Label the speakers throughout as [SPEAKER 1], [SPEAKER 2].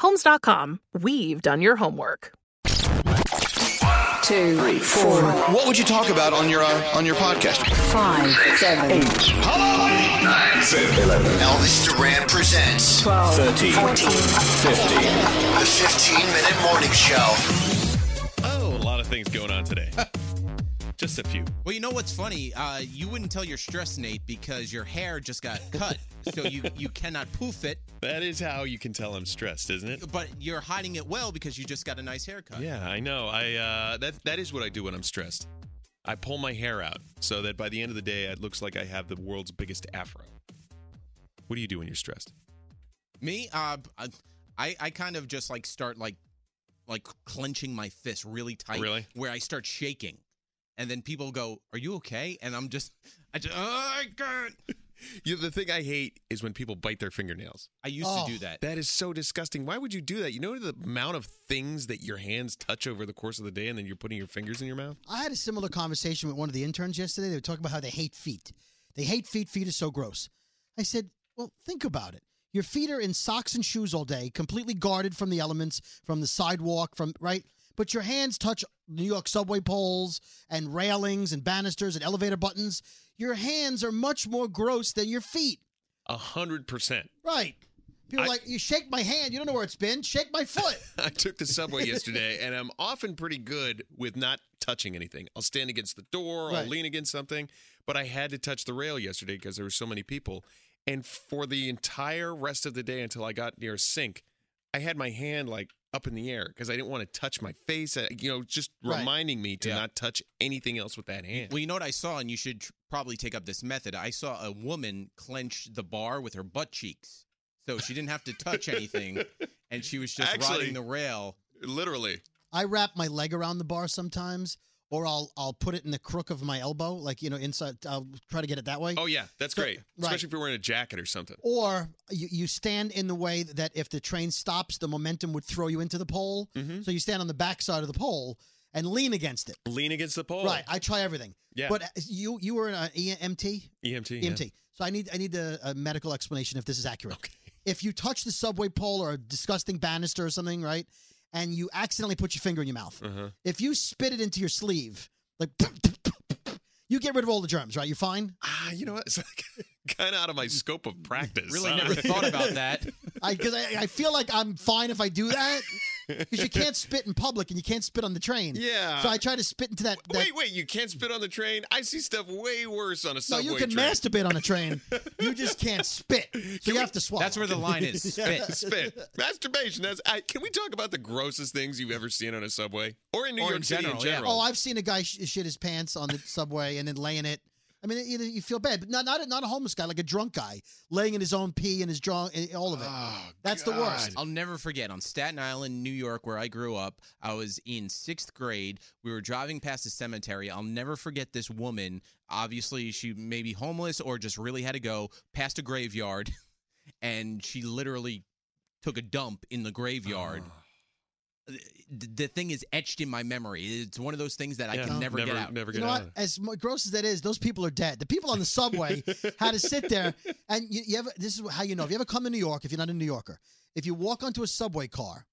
[SPEAKER 1] Homes.com. We've done your homework.
[SPEAKER 2] Two, three, four.
[SPEAKER 3] What would you talk about on your uh, on your podcast?
[SPEAKER 2] Five, Six, seven, eight.
[SPEAKER 3] Hello, eight, nine, seven, eleven. Elvis Duran presents.
[SPEAKER 2] Twelve,
[SPEAKER 3] thirteen,
[SPEAKER 2] fourteen,
[SPEAKER 3] fifteen. The fifteen-minute morning show.
[SPEAKER 4] Oh, a lot of things going on today. Just a few.
[SPEAKER 5] Well, you know what's funny? Uh, you wouldn't tell your stress, Nate, because your hair just got cut, so you you cannot poof it.
[SPEAKER 4] That is how you can tell I'm stressed, isn't it?
[SPEAKER 5] But you're hiding it well because you just got a nice haircut.
[SPEAKER 4] Yeah, I know. I uh, that that is what I do when I'm stressed. I pull my hair out so that by the end of the day, it looks like I have the world's biggest afro. What do you do when you're stressed?
[SPEAKER 5] Me, uh, I I kind of just like start like like clenching my fist really tight,
[SPEAKER 4] really,
[SPEAKER 5] where I start shaking and then people go, "Are you okay?" And I'm just, I just, oh, I can't.
[SPEAKER 4] You know, the thing I hate is when people bite their fingernails.
[SPEAKER 5] I used
[SPEAKER 4] oh,
[SPEAKER 5] to do that.
[SPEAKER 4] That is so disgusting. Why would you do that? You know the amount of things that your hands touch over the course of the day, and then you're putting your fingers in your mouth.
[SPEAKER 6] I had a similar conversation with one of the interns yesterday. They were talking about how they hate feet. They hate feet. Feet are so gross. I said, "Well, think about it." Your feet are in socks and shoes all day, completely guarded from the elements, from the sidewalk, from right but your hands touch New York subway poles and railings and banisters and elevator buttons. Your hands are much more gross than your feet.
[SPEAKER 4] A hundred percent.
[SPEAKER 6] Right. People I, like, you shake my hand, you don't know where it's been. Shake my foot.
[SPEAKER 4] I took the subway yesterday, and I'm often pretty good with not touching anything. I'll stand against the door, I'll right. lean against something, but I had to touch the rail yesterday because there were so many people. And for the entire rest of the day until I got near a sink, I had my hand like up in the air because I didn't want to touch my face. I, you know, just right. reminding me to yeah. not touch anything else with that hand.
[SPEAKER 5] Well, you know what I saw, and you should tr- probably take up this method. I saw a woman clench the bar with her butt cheeks. So she didn't have to touch anything, and she was just
[SPEAKER 4] Actually-
[SPEAKER 5] riding the rail.
[SPEAKER 4] Literally.
[SPEAKER 7] I wrap my leg around the bar sometimes, or I'll I'll put it in the crook of my elbow, like you know, inside. I'll try to get it that way.
[SPEAKER 4] Oh yeah, that's great.
[SPEAKER 7] right.
[SPEAKER 4] Especially if you're wearing a jacket or something.
[SPEAKER 7] Or you, you stand in the way that if the train stops, the momentum would throw you into the pole.
[SPEAKER 4] Mm-hmm.
[SPEAKER 7] So you stand on the backside of the pole and lean against it.
[SPEAKER 4] Lean against the pole.
[SPEAKER 7] Right. I try everything.
[SPEAKER 4] Yeah.
[SPEAKER 7] But uh, you you were E an EMT.
[SPEAKER 4] EMT. yeah.
[SPEAKER 7] EMT. E So I need I need a, a medical explanation if this is accurate. If you touch the subway pole or a disgusting banister or something, right, and you accidentally put your finger in your mouth,
[SPEAKER 4] Uh-huh.
[SPEAKER 7] if you spit it into your sleeve, like you get rid of all the germs, right? You're fine.
[SPEAKER 4] Ah, you know what? It's like kind of out of my scope of practice. Uh,
[SPEAKER 5] Really
[SPEAKER 4] huh?
[SPEAKER 5] never thought about that.
[SPEAKER 7] I because I, I feel like I'm fine if I do that because you can't spit in public and you can't spit on the train.
[SPEAKER 4] Yeah.
[SPEAKER 7] So I try to spit into that. that
[SPEAKER 4] Wait, wait! You can't spit on the train. I see stuff way worse on a
[SPEAKER 7] no,
[SPEAKER 4] subway.
[SPEAKER 7] you can
[SPEAKER 4] train.
[SPEAKER 7] masturbate on a train. You just can't spit. So you have to swallow.
[SPEAKER 5] That's where the line is. Spit.
[SPEAKER 7] Yeah.
[SPEAKER 4] Spit. Masturbation. That's. I, can we talk about the grossest things you've ever seen on a subway or in New
[SPEAKER 5] Or in
[SPEAKER 4] York City in
[SPEAKER 5] general, yeah.
[SPEAKER 4] general?
[SPEAKER 7] Oh, I've seen a guy sh- shit his pants on the subway and then laying it. I mean, you, know, you feel bad, but not not a, not a homeless guy, like a drunk guy laying in his own pee and his drunk, all of it. That's the worst.
[SPEAKER 5] I'll never forget on Staten Island, New York, where I grew up. I was in sixth grade. We were driving past a cemetery. I'll never forget this woman. Obviously, she may be homeless or just really had to go past a graveyard, and she literally took a dump in the graveyard.
[SPEAKER 4] Ah.
[SPEAKER 5] Th- The, thing is etched in my memory. It's one of those things that I
[SPEAKER 4] Yeah,
[SPEAKER 5] can never,
[SPEAKER 4] never-
[SPEAKER 5] get out.
[SPEAKER 4] never
[SPEAKER 7] You know what? As mo- gross as that is, those people are dead. The people on the subway had to sit there, and you, you ever. This is how you know. If you ever come to New York, if you're not a New Yorker, if you walk onto a subway car,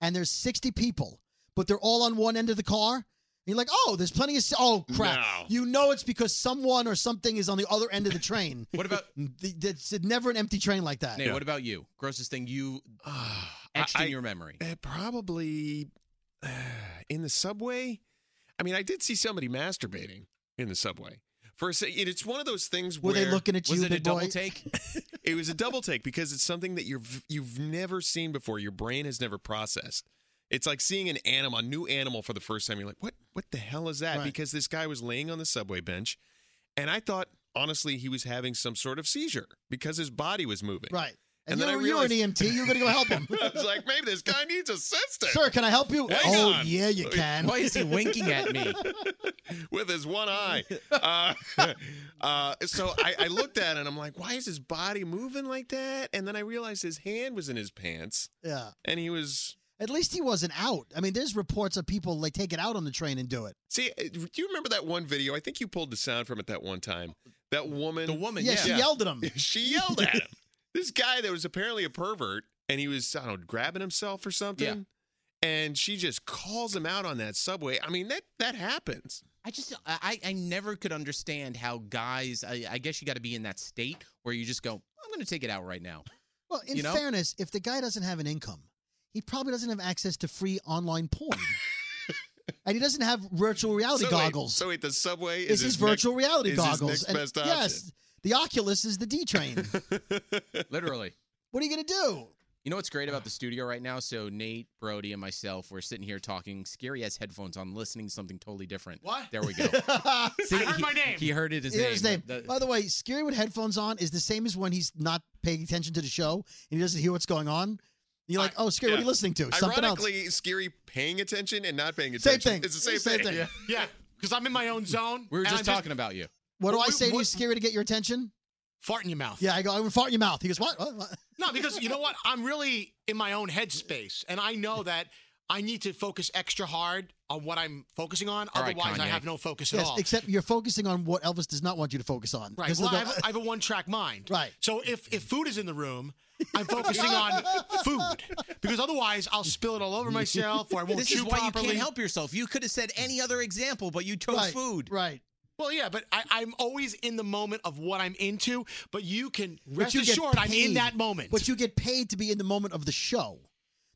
[SPEAKER 7] and there's 60 people, but they're all on one end of the car, and you're like, oh, there's plenty of. s- Oh crap!
[SPEAKER 5] No.
[SPEAKER 7] You know it's because someone or something is on the other end of the train.
[SPEAKER 5] What about
[SPEAKER 7] Th- That's never an empty train like that.
[SPEAKER 5] Nate? What about you? Grossest thing you etched
[SPEAKER 4] I-
[SPEAKER 5] in your memory?
[SPEAKER 4] Uh, probably uh, in the subway. I mean, I did see somebody masturbating in the subway. For a se- and it's one of those things
[SPEAKER 7] Were
[SPEAKER 4] where
[SPEAKER 7] they looking at Was you, it a big double boy?
[SPEAKER 5] take?
[SPEAKER 4] it was a double take because it's something that you've you've never seen before. Your brain has never processed. It's like seeing an animal, a new animal for the first time. You're like, what? What the hell is that?
[SPEAKER 7] Right.
[SPEAKER 4] Because this guy was laying on the subway bench, and I thought honestly he was having some sort of seizure because his body was moving.
[SPEAKER 7] Right. And,
[SPEAKER 4] And then I
[SPEAKER 7] you're, you're an E
[SPEAKER 4] realized-
[SPEAKER 7] EMT. You're going to go help him.
[SPEAKER 4] I was like, maybe this guy needs assistance.
[SPEAKER 7] Sir, can I help you?
[SPEAKER 4] Hang
[SPEAKER 7] oh,
[SPEAKER 4] on.
[SPEAKER 7] yeah, you can.
[SPEAKER 4] Why is he winking at
[SPEAKER 5] me?
[SPEAKER 4] with his one eye. Uh, uh, so I, I looked at it and I'm like, why is his body moving like that? And then I realized his hand was in his pants
[SPEAKER 7] Yeah.
[SPEAKER 4] and he was.
[SPEAKER 7] At least he wasn't out. I mean, there's reports of people they take it out on the train and do it.
[SPEAKER 4] See, uh, do you remember that one video? I think you pulled the sound from it that one time. That woman. The
[SPEAKER 5] woman,
[SPEAKER 7] Yeah, she yelled at him.
[SPEAKER 4] she yelled at him. This guy that was apparently a pervert and he was, I don't know, grabbing himself or something. And she just calls him out on that subway. I mean, that that happens.
[SPEAKER 5] I just I I never could understand how guys I, I guess you got to be in that state where you just go I'm going to take it out right now.
[SPEAKER 7] Well, in
[SPEAKER 5] You know?
[SPEAKER 7] fairness, if the guy doesn't have an income, he probably doesn't have access to free online porn. and he doesn't have virtual reality
[SPEAKER 4] so
[SPEAKER 7] goggles.
[SPEAKER 4] Wait, so wait, the subway is
[SPEAKER 7] this is
[SPEAKER 4] his next-
[SPEAKER 7] virtual reality
[SPEAKER 4] is his
[SPEAKER 7] goggles.
[SPEAKER 4] next
[SPEAKER 7] And
[SPEAKER 4] best option.
[SPEAKER 7] Yes. The Oculus is the D train.
[SPEAKER 5] Literally.
[SPEAKER 7] what are you going to do?
[SPEAKER 5] You know what's great about the studio right now? So Nate, Brody, and myself, we're sitting here talking. Scary has headphones on, listening to something totally different. What? There we go. See,
[SPEAKER 7] I heard
[SPEAKER 5] he-
[SPEAKER 7] my name.
[SPEAKER 5] He heard it. His
[SPEAKER 7] Yeah,
[SPEAKER 5] name.
[SPEAKER 7] his name.
[SPEAKER 5] The-
[SPEAKER 7] By the way, Scary with headphones on is the same as when he's not paying attention to the show and he doesn't hear what's going on. You're like, oh, Scary, what are you listening to? Something else.
[SPEAKER 4] Ironically, Scary paying attention and not paying attention.
[SPEAKER 7] thing.
[SPEAKER 4] It's the same,
[SPEAKER 7] Same
[SPEAKER 4] thing.
[SPEAKER 7] thing.
[SPEAKER 8] Yeah, because I'm in my own zone.
[SPEAKER 5] we were
[SPEAKER 8] and
[SPEAKER 5] just
[SPEAKER 8] I'm
[SPEAKER 5] talking about you.
[SPEAKER 7] What do I
[SPEAKER 8] What-
[SPEAKER 7] say to you,
[SPEAKER 8] what-
[SPEAKER 7] Scary, to get your attention?
[SPEAKER 8] Fart in your mouth.
[SPEAKER 7] Yeah, I go, I'm gonna fart in your mouth. He goes, what? What? What?"
[SPEAKER 8] No, because you know what? I'm really in my own headspace, and I know that I need to focus extra hard on what I'm focusing on.
[SPEAKER 5] All right,
[SPEAKER 8] Otherwise, I
[SPEAKER 5] Kanye.
[SPEAKER 8] have no focus at
[SPEAKER 7] Yes,
[SPEAKER 8] all.
[SPEAKER 7] except you're focusing on what Elvis does not want you to focus on.
[SPEAKER 8] Right.
[SPEAKER 7] 'Cause
[SPEAKER 8] Well, I
[SPEAKER 7] they'll
[SPEAKER 8] have,
[SPEAKER 7] go,
[SPEAKER 8] I have a one track mind.
[SPEAKER 7] Right.
[SPEAKER 8] So if, if food is in the room, I'm focusing on food because otherwise I'll spill it all over myself or I won't
[SPEAKER 5] this
[SPEAKER 8] chew
[SPEAKER 5] is why
[SPEAKER 8] properly.
[SPEAKER 5] you can't help yourself. You could have said any other example, but you chose
[SPEAKER 8] Right,
[SPEAKER 5] food.
[SPEAKER 7] Right.
[SPEAKER 8] Well, yeah, but I, I'm always in the moment of what I'm into. But you can
[SPEAKER 7] But
[SPEAKER 8] rest
[SPEAKER 7] you get
[SPEAKER 8] assured, I'm in
[SPEAKER 7] paid.
[SPEAKER 8] that moment.
[SPEAKER 7] But you get paid to be in the moment of the show.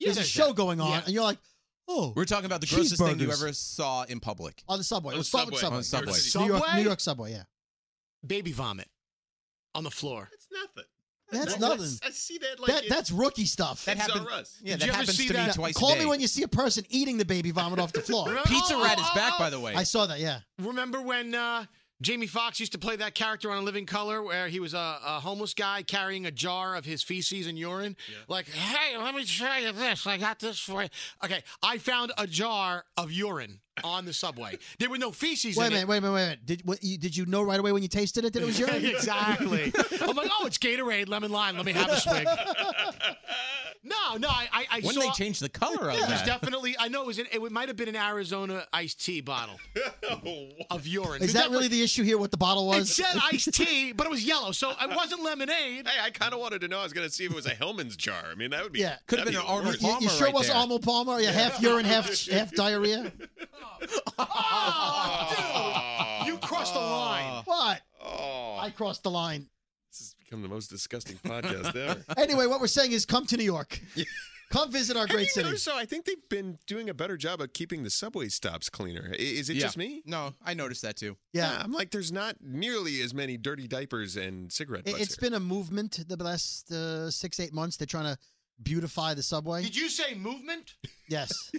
[SPEAKER 8] Yeah,
[SPEAKER 7] There's a
[SPEAKER 8] there's
[SPEAKER 7] show
[SPEAKER 8] that.
[SPEAKER 7] going on,
[SPEAKER 8] Yeah.
[SPEAKER 7] and you're like, oh.
[SPEAKER 5] We're talking about the grossest thing you
[SPEAKER 7] Cheeseburgers.
[SPEAKER 5] ever saw in public.
[SPEAKER 7] on the subway.
[SPEAKER 5] On
[SPEAKER 7] Let's
[SPEAKER 5] the
[SPEAKER 7] start with
[SPEAKER 5] subway.
[SPEAKER 7] subway.
[SPEAKER 5] On the
[SPEAKER 8] subway.
[SPEAKER 7] New York,
[SPEAKER 8] Subway?
[SPEAKER 7] New York subway. Yeah.
[SPEAKER 8] baby vomit on the floor.
[SPEAKER 4] It's nothing.
[SPEAKER 7] That's
[SPEAKER 4] That-
[SPEAKER 7] nothing.
[SPEAKER 4] I see that like
[SPEAKER 7] That,
[SPEAKER 4] in-
[SPEAKER 7] that's rookie stuff.
[SPEAKER 5] That
[SPEAKER 4] It's
[SPEAKER 5] happened.
[SPEAKER 4] on us.
[SPEAKER 5] Yeah,
[SPEAKER 8] Did
[SPEAKER 5] that
[SPEAKER 8] you ever
[SPEAKER 5] happens
[SPEAKER 8] see
[SPEAKER 5] to me
[SPEAKER 8] that?
[SPEAKER 5] twice.
[SPEAKER 7] Call
[SPEAKER 5] a day.
[SPEAKER 7] me when you see a person eating the baby vomit off the floor.
[SPEAKER 8] Remember-
[SPEAKER 5] Pizza
[SPEAKER 8] Oh,
[SPEAKER 5] Rat
[SPEAKER 8] oh,
[SPEAKER 5] is back,
[SPEAKER 8] oh,
[SPEAKER 5] by the way.
[SPEAKER 7] I saw that. Yeah.
[SPEAKER 8] Remember when uh, Jamie Foxx used to play that character on A Living Color, where he was a, a homeless guy carrying a jar of his feces and urine. Like, hey, let me show you this. I got this for you. Okay, I found a jar of urine on the subway. There were no feces
[SPEAKER 7] Wait a
[SPEAKER 8] in
[SPEAKER 7] minute,
[SPEAKER 8] it.
[SPEAKER 7] wait a minute, wait a minute. Did, what, you, did you know right away when you tasted it that it was yours?
[SPEAKER 8] exactly. I'm like, oh, it's Gatorade, lemon lime. Let me have a swig. No, no, I, I, I
[SPEAKER 5] When
[SPEAKER 8] saw.
[SPEAKER 5] they changed the color of
[SPEAKER 8] It was
[SPEAKER 5] that.
[SPEAKER 8] definitely. I know it was. In, it might have been an Arizona iced tea bottle
[SPEAKER 5] Oh,
[SPEAKER 8] of urine.
[SPEAKER 7] Is that really the issue here? What the bottle
[SPEAKER 8] It
[SPEAKER 7] was?
[SPEAKER 8] said iced tea, but it was yellow, so it wasn't lemonade.
[SPEAKER 4] Hey, I kind of wanted to know. I was going to see if it was a Hellman's jar. I mean, that would be
[SPEAKER 7] Yeah.
[SPEAKER 5] Could've been
[SPEAKER 4] that'd
[SPEAKER 5] an
[SPEAKER 4] be
[SPEAKER 5] Arnold
[SPEAKER 4] worse.
[SPEAKER 7] You, you sure it was Arnold Palmer? Yeah, half urine, half half diarrhea.
[SPEAKER 4] Oh,
[SPEAKER 8] You crossed the line.
[SPEAKER 7] What? I crossed the line.
[SPEAKER 4] Oh. Become the most disgusting podcast ever.
[SPEAKER 7] Anyway, what we're saying is, come to New York. Come visit our great city.
[SPEAKER 4] So I think they've been doing a better job of keeping the subway stops cleaner. I- Is it
[SPEAKER 5] Yeah.
[SPEAKER 4] just me?
[SPEAKER 5] No, I noticed that too.
[SPEAKER 7] Yeah.
[SPEAKER 4] I'm like, there's not nearly as many dirty diapers and cigarette
[SPEAKER 7] It,
[SPEAKER 4] butts
[SPEAKER 7] has
[SPEAKER 4] here.
[SPEAKER 7] been a movement the last uh, six, eight months. They're trying to beautify the subway.
[SPEAKER 8] Did you say movement?
[SPEAKER 7] Yes.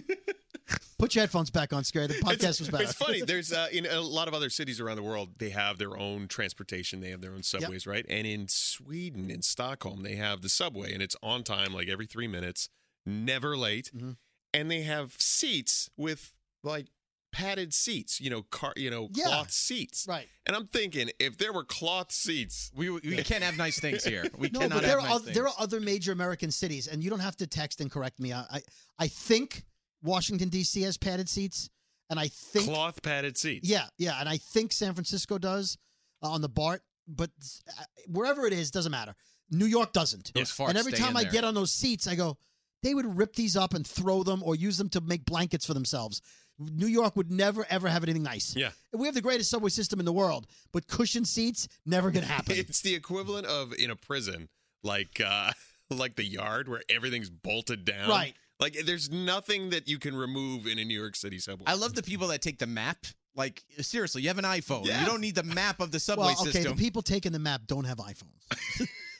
[SPEAKER 7] Put your headphones back on, Scary. The podcast was better.
[SPEAKER 4] It's funny. There's uh, in a lot of other cities around the world, they have their own transportation. They have their own subways, right? And in Sweden, in Stockholm, they have the subway, and it's on time, like every three minutes, never late.
[SPEAKER 7] Mm-hmm.
[SPEAKER 4] And they have seats with like padded seats, you know, car, you know,
[SPEAKER 7] Yeah.
[SPEAKER 4] cloth seats.
[SPEAKER 7] Right.
[SPEAKER 4] And I'm thinking, if there were cloth seats,
[SPEAKER 5] we we can't have nice things here. We
[SPEAKER 7] No,
[SPEAKER 5] cannot
[SPEAKER 7] but there
[SPEAKER 5] have
[SPEAKER 7] are
[SPEAKER 5] nice
[SPEAKER 7] oth-
[SPEAKER 5] things.
[SPEAKER 7] there are other major American cities, and you don't have to text and correct me. I I, I think Washington D.C. has padded seats, and I think
[SPEAKER 4] cloth padded seats.
[SPEAKER 7] yeah, yeah, and I think San Francisco does uh, on the BART, but uh, wherever it is doesn't matter. New York doesn't.
[SPEAKER 5] Those farts
[SPEAKER 7] and every
[SPEAKER 5] stay
[SPEAKER 7] time
[SPEAKER 5] in
[SPEAKER 7] I
[SPEAKER 5] there.
[SPEAKER 7] get on those seats, I go, they would rip these up and throw them or use them to make blankets for themselves. New York would never ever have anything nice.
[SPEAKER 4] Yeah.
[SPEAKER 7] We have the greatest subway system in the world, but cushion seats never gonna happen.
[SPEAKER 4] It's the equivalent of in a prison, like uh like the yard where everything's bolted down.
[SPEAKER 7] Right.
[SPEAKER 4] Like there's nothing that you can remove in a New York City subway.
[SPEAKER 5] I love the people that take the map. Like seriously, you have an iPhone.
[SPEAKER 4] Yeah.
[SPEAKER 5] You don't need the map of the subway
[SPEAKER 7] well, okay,
[SPEAKER 5] system.
[SPEAKER 7] the people taking the map don't have iPhones.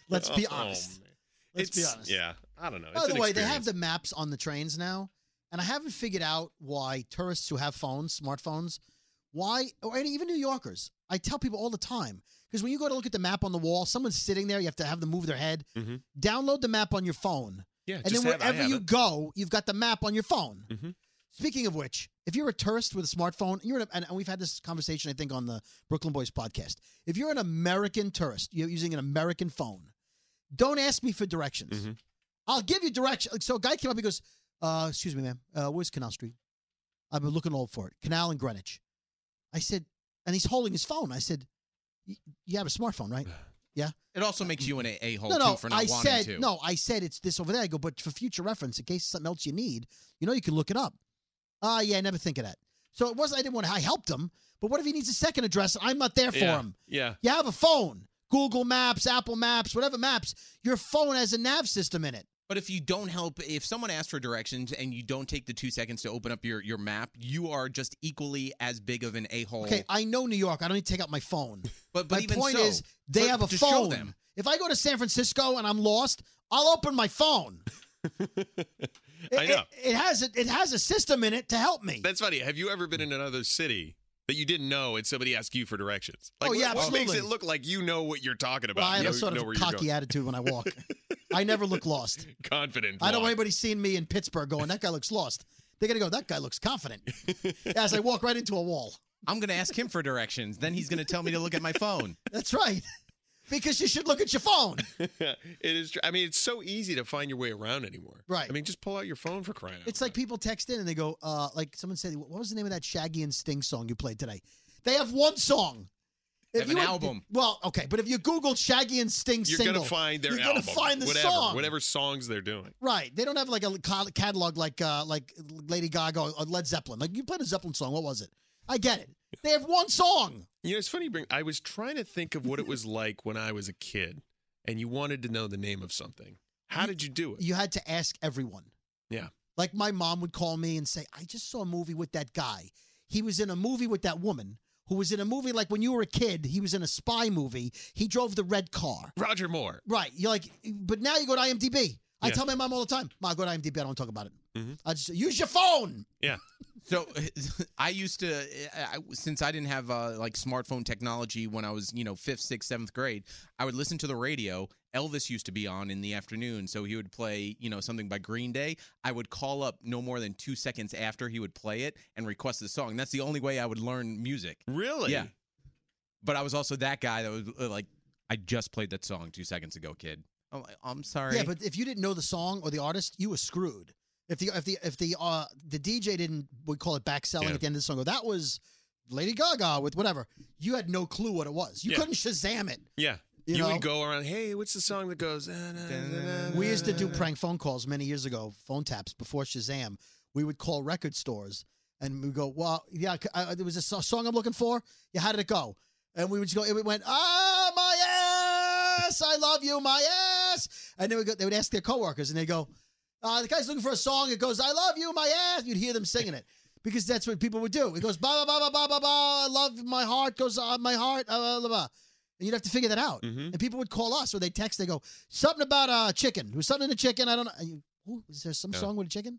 [SPEAKER 7] Let's be
[SPEAKER 4] Oh,
[SPEAKER 7] honest.
[SPEAKER 4] man.
[SPEAKER 7] Let's be
[SPEAKER 4] It's-
[SPEAKER 7] honest.
[SPEAKER 4] Yeah. I don't know.
[SPEAKER 7] By
[SPEAKER 4] It's
[SPEAKER 7] the
[SPEAKER 4] an
[SPEAKER 7] way, they have
[SPEAKER 4] experience.
[SPEAKER 7] the maps on the trains now, and I haven't figured out why tourists who have phones, smartphones, why, or any, even New Yorkers. I tell people all the time because when you go to look at the map on the wall, someone's sitting there. You have to have them move their head.
[SPEAKER 4] Mhm.
[SPEAKER 7] Download the map on your phone,
[SPEAKER 4] Yeah,
[SPEAKER 7] and
[SPEAKER 4] just
[SPEAKER 7] then
[SPEAKER 4] have- I
[SPEAKER 7] wherever
[SPEAKER 4] have
[SPEAKER 7] you
[SPEAKER 4] it.
[SPEAKER 7] go, you've got the map on your phone.
[SPEAKER 4] Mhm.
[SPEAKER 7] Speaking of which, if you're a tourist with a smartphone, you're in a, and and we've had this conversation, I think, on the Brooklyn Boys podcast. If you're an American tourist, you're using an American phone. Don't ask me for directions.
[SPEAKER 4] Mm-hmm.
[SPEAKER 7] I'll give you directions. Like, so a guy came up. He goes, uh, "Excuse me, ma'am. Uh, where's Canal Street? I've been looking all for it. Canal and Greenwich." I said, and he's holding his phone. I said, "Y- "You have a smartphone, right?" Yeah.
[SPEAKER 5] it also makes you an a hole
[SPEAKER 7] no, no.
[SPEAKER 5] too for not
[SPEAKER 7] I
[SPEAKER 5] wanting
[SPEAKER 7] said
[SPEAKER 5] to.
[SPEAKER 7] no. I said it's this over there. I go, but for future reference, in case something else you need, you know, you can look it up. Ah, yeah, I never think of that. So it wasn't. I didn't want. to. I helped him, but what if he needs a second address and I'm not there for
[SPEAKER 4] yeah.
[SPEAKER 7] him?
[SPEAKER 4] Yeah.
[SPEAKER 7] You have a phone, Google Maps, Apple Maps, whatever maps. Your phone has a nav system in it.
[SPEAKER 5] But if you don't help, if someone asks for directions and you don't take the two seconds to open up your, your map, you are just equally as big of an a hole.
[SPEAKER 7] Okay, I know New York. I don't need to take out my phone.
[SPEAKER 5] But- but
[SPEAKER 7] my
[SPEAKER 5] even
[SPEAKER 7] point
[SPEAKER 5] so,
[SPEAKER 7] is, they
[SPEAKER 5] but
[SPEAKER 7] have a
[SPEAKER 5] just show
[SPEAKER 7] phone.
[SPEAKER 5] them.
[SPEAKER 7] If I go to San Francisco and I'm lost, I'll open my phone. it,
[SPEAKER 4] I know.
[SPEAKER 7] It, it has a, it has a system in it to help me.
[SPEAKER 4] That's funny. Have you ever been in another city that you didn't know and somebody asked you for directions? Like,
[SPEAKER 7] Oh,
[SPEAKER 4] what-
[SPEAKER 7] yeah,
[SPEAKER 4] what, makes it
[SPEAKER 7] absolutely.
[SPEAKER 4] look like you know what you're talking about?
[SPEAKER 7] Well, I have
[SPEAKER 4] you
[SPEAKER 7] a sort
[SPEAKER 4] know
[SPEAKER 7] of
[SPEAKER 4] where you're
[SPEAKER 7] cocky
[SPEAKER 4] going.
[SPEAKER 7] attitude when I walk. I never look lost.
[SPEAKER 4] confident.
[SPEAKER 7] I don't
[SPEAKER 4] walk.
[SPEAKER 7] want anybody seeing me in Pittsburgh going, that guy looks lost. They're going to go, that guy looks confident. As I walk right into a wall.
[SPEAKER 5] I'm going to ask him for directions. Then he's going to tell me to look at my phone.
[SPEAKER 7] That's right. Because you should look at your phone.
[SPEAKER 4] it is. tr- I mean, it's so easy to find your way around anymore.
[SPEAKER 7] Right.
[SPEAKER 4] I mean, just pull out your phone for crying out.
[SPEAKER 7] It's like people text in and they go, uh, like someone said, what was the name of that Shaggy and Sting song you played today? They have one song.
[SPEAKER 5] They have an
[SPEAKER 7] had-
[SPEAKER 5] album.
[SPEAKER 7] Well, okay, but if you Googled Shaggy and Sting
[SPEAKER 4] You're
[SPEAKER 7] single,
[SPEAKER 4] gonna find their
[SPEAKER 7] you're
[SPEAKER 4] album.
[SPEAKER 7] gonna find the
[SPEAKER 4] whatever,
[SPEAKER 7] song.
[SPEAKER 4] whatever songs they're doing.
[SPEAKER 7] Right. They don't have like a co- catalog like uh, like Lady Gaga or Led Zeppelin. Like you played a Zeppelin song. What was it? I get it. They have one song.
[SPEAKER 4] You know, it's funny. you Bring. I was trying to think of what it was like when I was a kid, and you wanted to know the name of something. How did you do it?
[SPEAKER 7] You had to ask everyone.
[SPEAKER 4] Yeah.
[SPEAKER 7] Like my mom would call me and say, I just saw a movie with that guy. He was in a movie with that woman who was in a movie like when you were a kid, he was in a spy movie. He drove the red car.
[SPEAKER 4] Roger Moore.
[SPEAKER 7] Right. You're like, but now you go to IMDb. I
[SPEAKER 4] Yeah.
[SPEAKER 7] tell my mom all the time, Ma, go to IMDb. I don't wanna talk about it. I just use your phone.
[SPEAKER 4] Yeah.
[SPEAKER 5] Mm-hmm. So I used to, I, since I didn't have uh, like smartphone technology when I was, you know, fifth, sixth, seventh grade, I would listen to the radio. Elvis used to be on in the afternoon, so he would play, you know, something by Green Day. I would call up no more than two seconds after he would play it and request the song. That's the only way I would learn music.
[SPEAKER 4] Really?
[SPEAKER 5] Yeah. But I was also that guy that was uh, like, I just played that song two seconds ago, kid. I'm, like, Oh, I'm sorry.
[SPEAKER 7] Yeah, but if you didn't know the song or the artist, you were screwed. If the if the if the uh the DJ didn't we call it back selling
[SPEAKER 4] Yeah.
[SPEAKER 7] at the end of the song, or that was Lady Gaga with whatever, you had no clue what it was. You
[SPEAKER 4] Yeah.
[SPEAKER 7] couldn't Shazam it.
[SPEAKER 4] Yeah. You,
[SPEAKER 7] You know?
[SPEAKER 4] would go around, hey, what's the song that goes? "Na, na, na, na, na,
[SPEAKER 7] We used to do
[SPEAKER 4] na,
[SPEAKER 7] prank phone calls many years ago, phone taps before Shazam. We would call record stores and we go, "Well, yeah, c- uh, there was a so- song I'm looking for. Yeah, how did it go?" And we would just go, "It went, ah, my ass, I love you, my ass." And then we go, they would ask their coworkers, and they go, uh, "The guy's looking for a song. It goes, I love you, my ass." You'd hear them singing it. Because that's what people would do. It goes ba ba ba ba ba ba ba. "Oh, I love my heart goes on my heart. Uh, blah, blah, blah. And you'd have to figure that out.
[SPEAKER 4] Mm-hmm.
[SPEAKER 7] And people would call us or they text. They go something about uh, chicken. It was something in a chicken. I don't know. And you- Ooh, is there some
[SPEAKER 4] Yeah.
[SPEAKER 7] song with a chicken?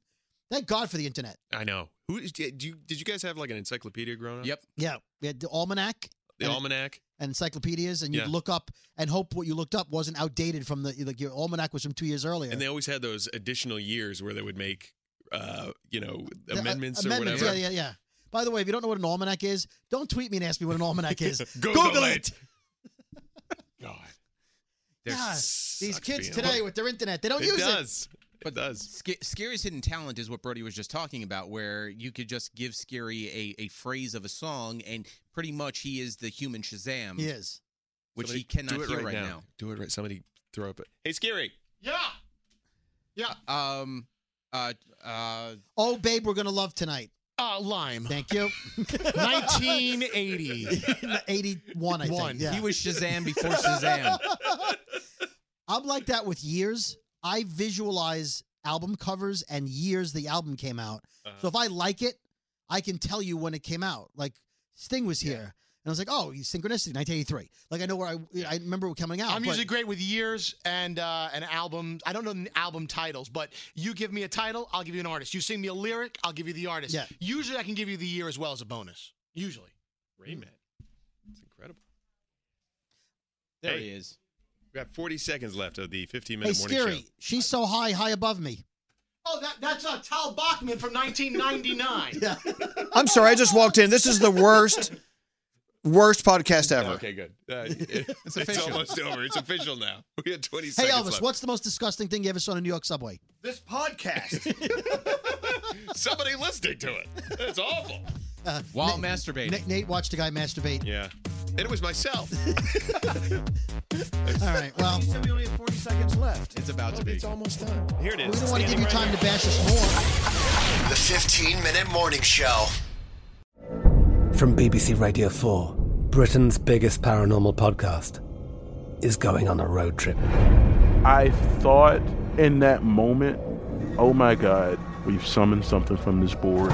[SPEAKER 7] Thank God for the internet.
[SPEAKER 4] na." I know. Who is- did you did you guys have like an encyclopedia growing up?
[SPEAKER 5] Yep.
[SPEAKER 7] Yeah, we had the almanac
[SPEAKER 4] The
[SPEAKER 7] And-
[SPEAKER 4] almanac.
[SPEAKER 7] and encyclopedias, and you'd
[SPEAKER 4] Yeah.
[SPEAKER 7] look up and hope what you looked up wasn't outdated from the like your almanac was from two years earlier.
[SPEAKER 4] And they always had those additional years where they would make uh, you know,
[SPEAKER 7] The, uh,
[SPEAKER 4] amendments or
[SPEAKER 7] amendments,
[SPEAKER 4] whatever.
[SPEAKER 7] Yeah, yeah, yeah. By the way, if you don't know what an almanac is, don't tweet me and ask me what an almanac is.
[SPEAKER 4] Google,
[SPEAKER 7] it.
[SPEAKER 4] it. God.
[SPEAKER 5] There's
[SPEAKER 7] Yeah, these
[SPEAKER 4] such
[SPEAKER 7] kids
[SPEAKER 4] being-
[SPEAKER 7] today with their internet, they don't use it.
[SPEAKER 4] It does.
[SPEAKER 5] Sc- Scary's hidden talent is what Brody was just talking about, where you could just give Scary a, a phrase of a song, and pretty much he is the human Shazam.
[SPEAKER 7] He is.
[SPEAKER 5] Which
[SPEAKER 4] Somebody
[SPEAKER 5] he cannot
[SPEAKER 4] do it
[SPEAKER 5] hear
[SPEAKER 4] right
[SPEAKER 5] right,
[SPEAKER 4] now.
[SPEAKER 5] now.
[SPEAKER 4] Do it right. Somebody throw up. Hey, Scary.
[SPEAKER 8] Yeah. Yeah.
[SPEAKER 5] Um. Uh. Uh.
[SPEAKER 7] Oh, babe, we're gonna love tonight.
[SPEAKER 8] Uh, lime.
[SPEAKER 7] Thank you.
[SPEAKER 8] 1980.
[SPEAKER 7] 81,
[SPEAKER 8] One.
[SPEAKER 7] I think. Yeah.
[SPEAKER 5] He was Shazam before Shazam.
[SPEAKER 7] I'm like that with years. I visualize album covers and years the album came out.
[SPEAKER 5] Uh-huh.
[SPEAKER 7] So if I like it, I can tell you when it came out. Like Sting was here, and I was like, "Oh, synchronicity, 1983." Like I know where I I remember it coming out.
[SPEAKER 8] I'm
[SPEAKER 7] but-
[SPEAKER 8] usually great with years and uh, and album. I don't know n- album titles, but you give me a title, I'll give you an artist. You sing me a lyric, I'll give you the artist.
[SPEAKER 7] Yeah.
[SPEAKER 8] Usually, I can give you the year as well as a bonus. Usually.
[SPEAKER 4] Rayman. It's incredible.
[SPEAKER 5] There
[SPEAKER 4] Hey.
[SPEAKER 5] he is.
[SPEAKER 4] We got 40 seconds left of the 15
[SPEAKER 7] Hey,
[SPEAKER 4] minute morning
[SPEAKER 7] Scary,
[SPEAKER 4] show.
[SPEAKER 7] she's so high, high above me.
[SPEAKER 8] Oh, that, that's uh, Tal Bachman from 1999.
[SPEAKER 7] Yeah.
[SPEAKER 9] I'm sorry, I just walked in. This is the worst, worst podcast ever.
[SPEAKER 4] Okay, good. Uh, it- it's
[SPEAKER 5] official.
[SPEAKER 4] almost over. It's official now. We had 20
[SPEAKER 7] Hey
[SPEAKER 4] seconds
[SPEAKER 7] Elvis,
[SPEAKER 4] left.
[SPEAKER 7] what's the most disgusting thing you ever saw on a New York subway?
[SPEAKER 8] This podcast.
[SPEAKER 4] Somebody listening to it. That's awful.
[SPEAKER 7] Uh,
[SPEAKER 5] While
[SPEAKER 7] Nate,
[SPEAKER 5] masturbating.
[SPEAKER 7] Nate, Nate watched a guy masturbate.
[SPEAKER 4] Yeah. And it was myself.
[SPEAKER 7] All right, well, we
[SPEAKER 9] we only have 40 seconds left.
[SPEAKER 5] It's about to be.
[SPEAKER 9] almost done.
[SPEAKER 4] Here it is.
[SPEAKER 7] don't want to
[SPEAKER 4] Standing
[SPEAKER 7] give you
[SPEAKER 4] right
[SPEAKER 7] time
[SPEAKER 4] here.
[SPEAKER 7] to bash us more.
[SPEAKER 3] The 15 minute morning show.
[SPEAKER 10] From BBC Radio 4, Britain's biggest paranormal podcast is going on a road trip.
[SPEAKER 11] I thought in that moment, oh my God, we've summoned something from this board.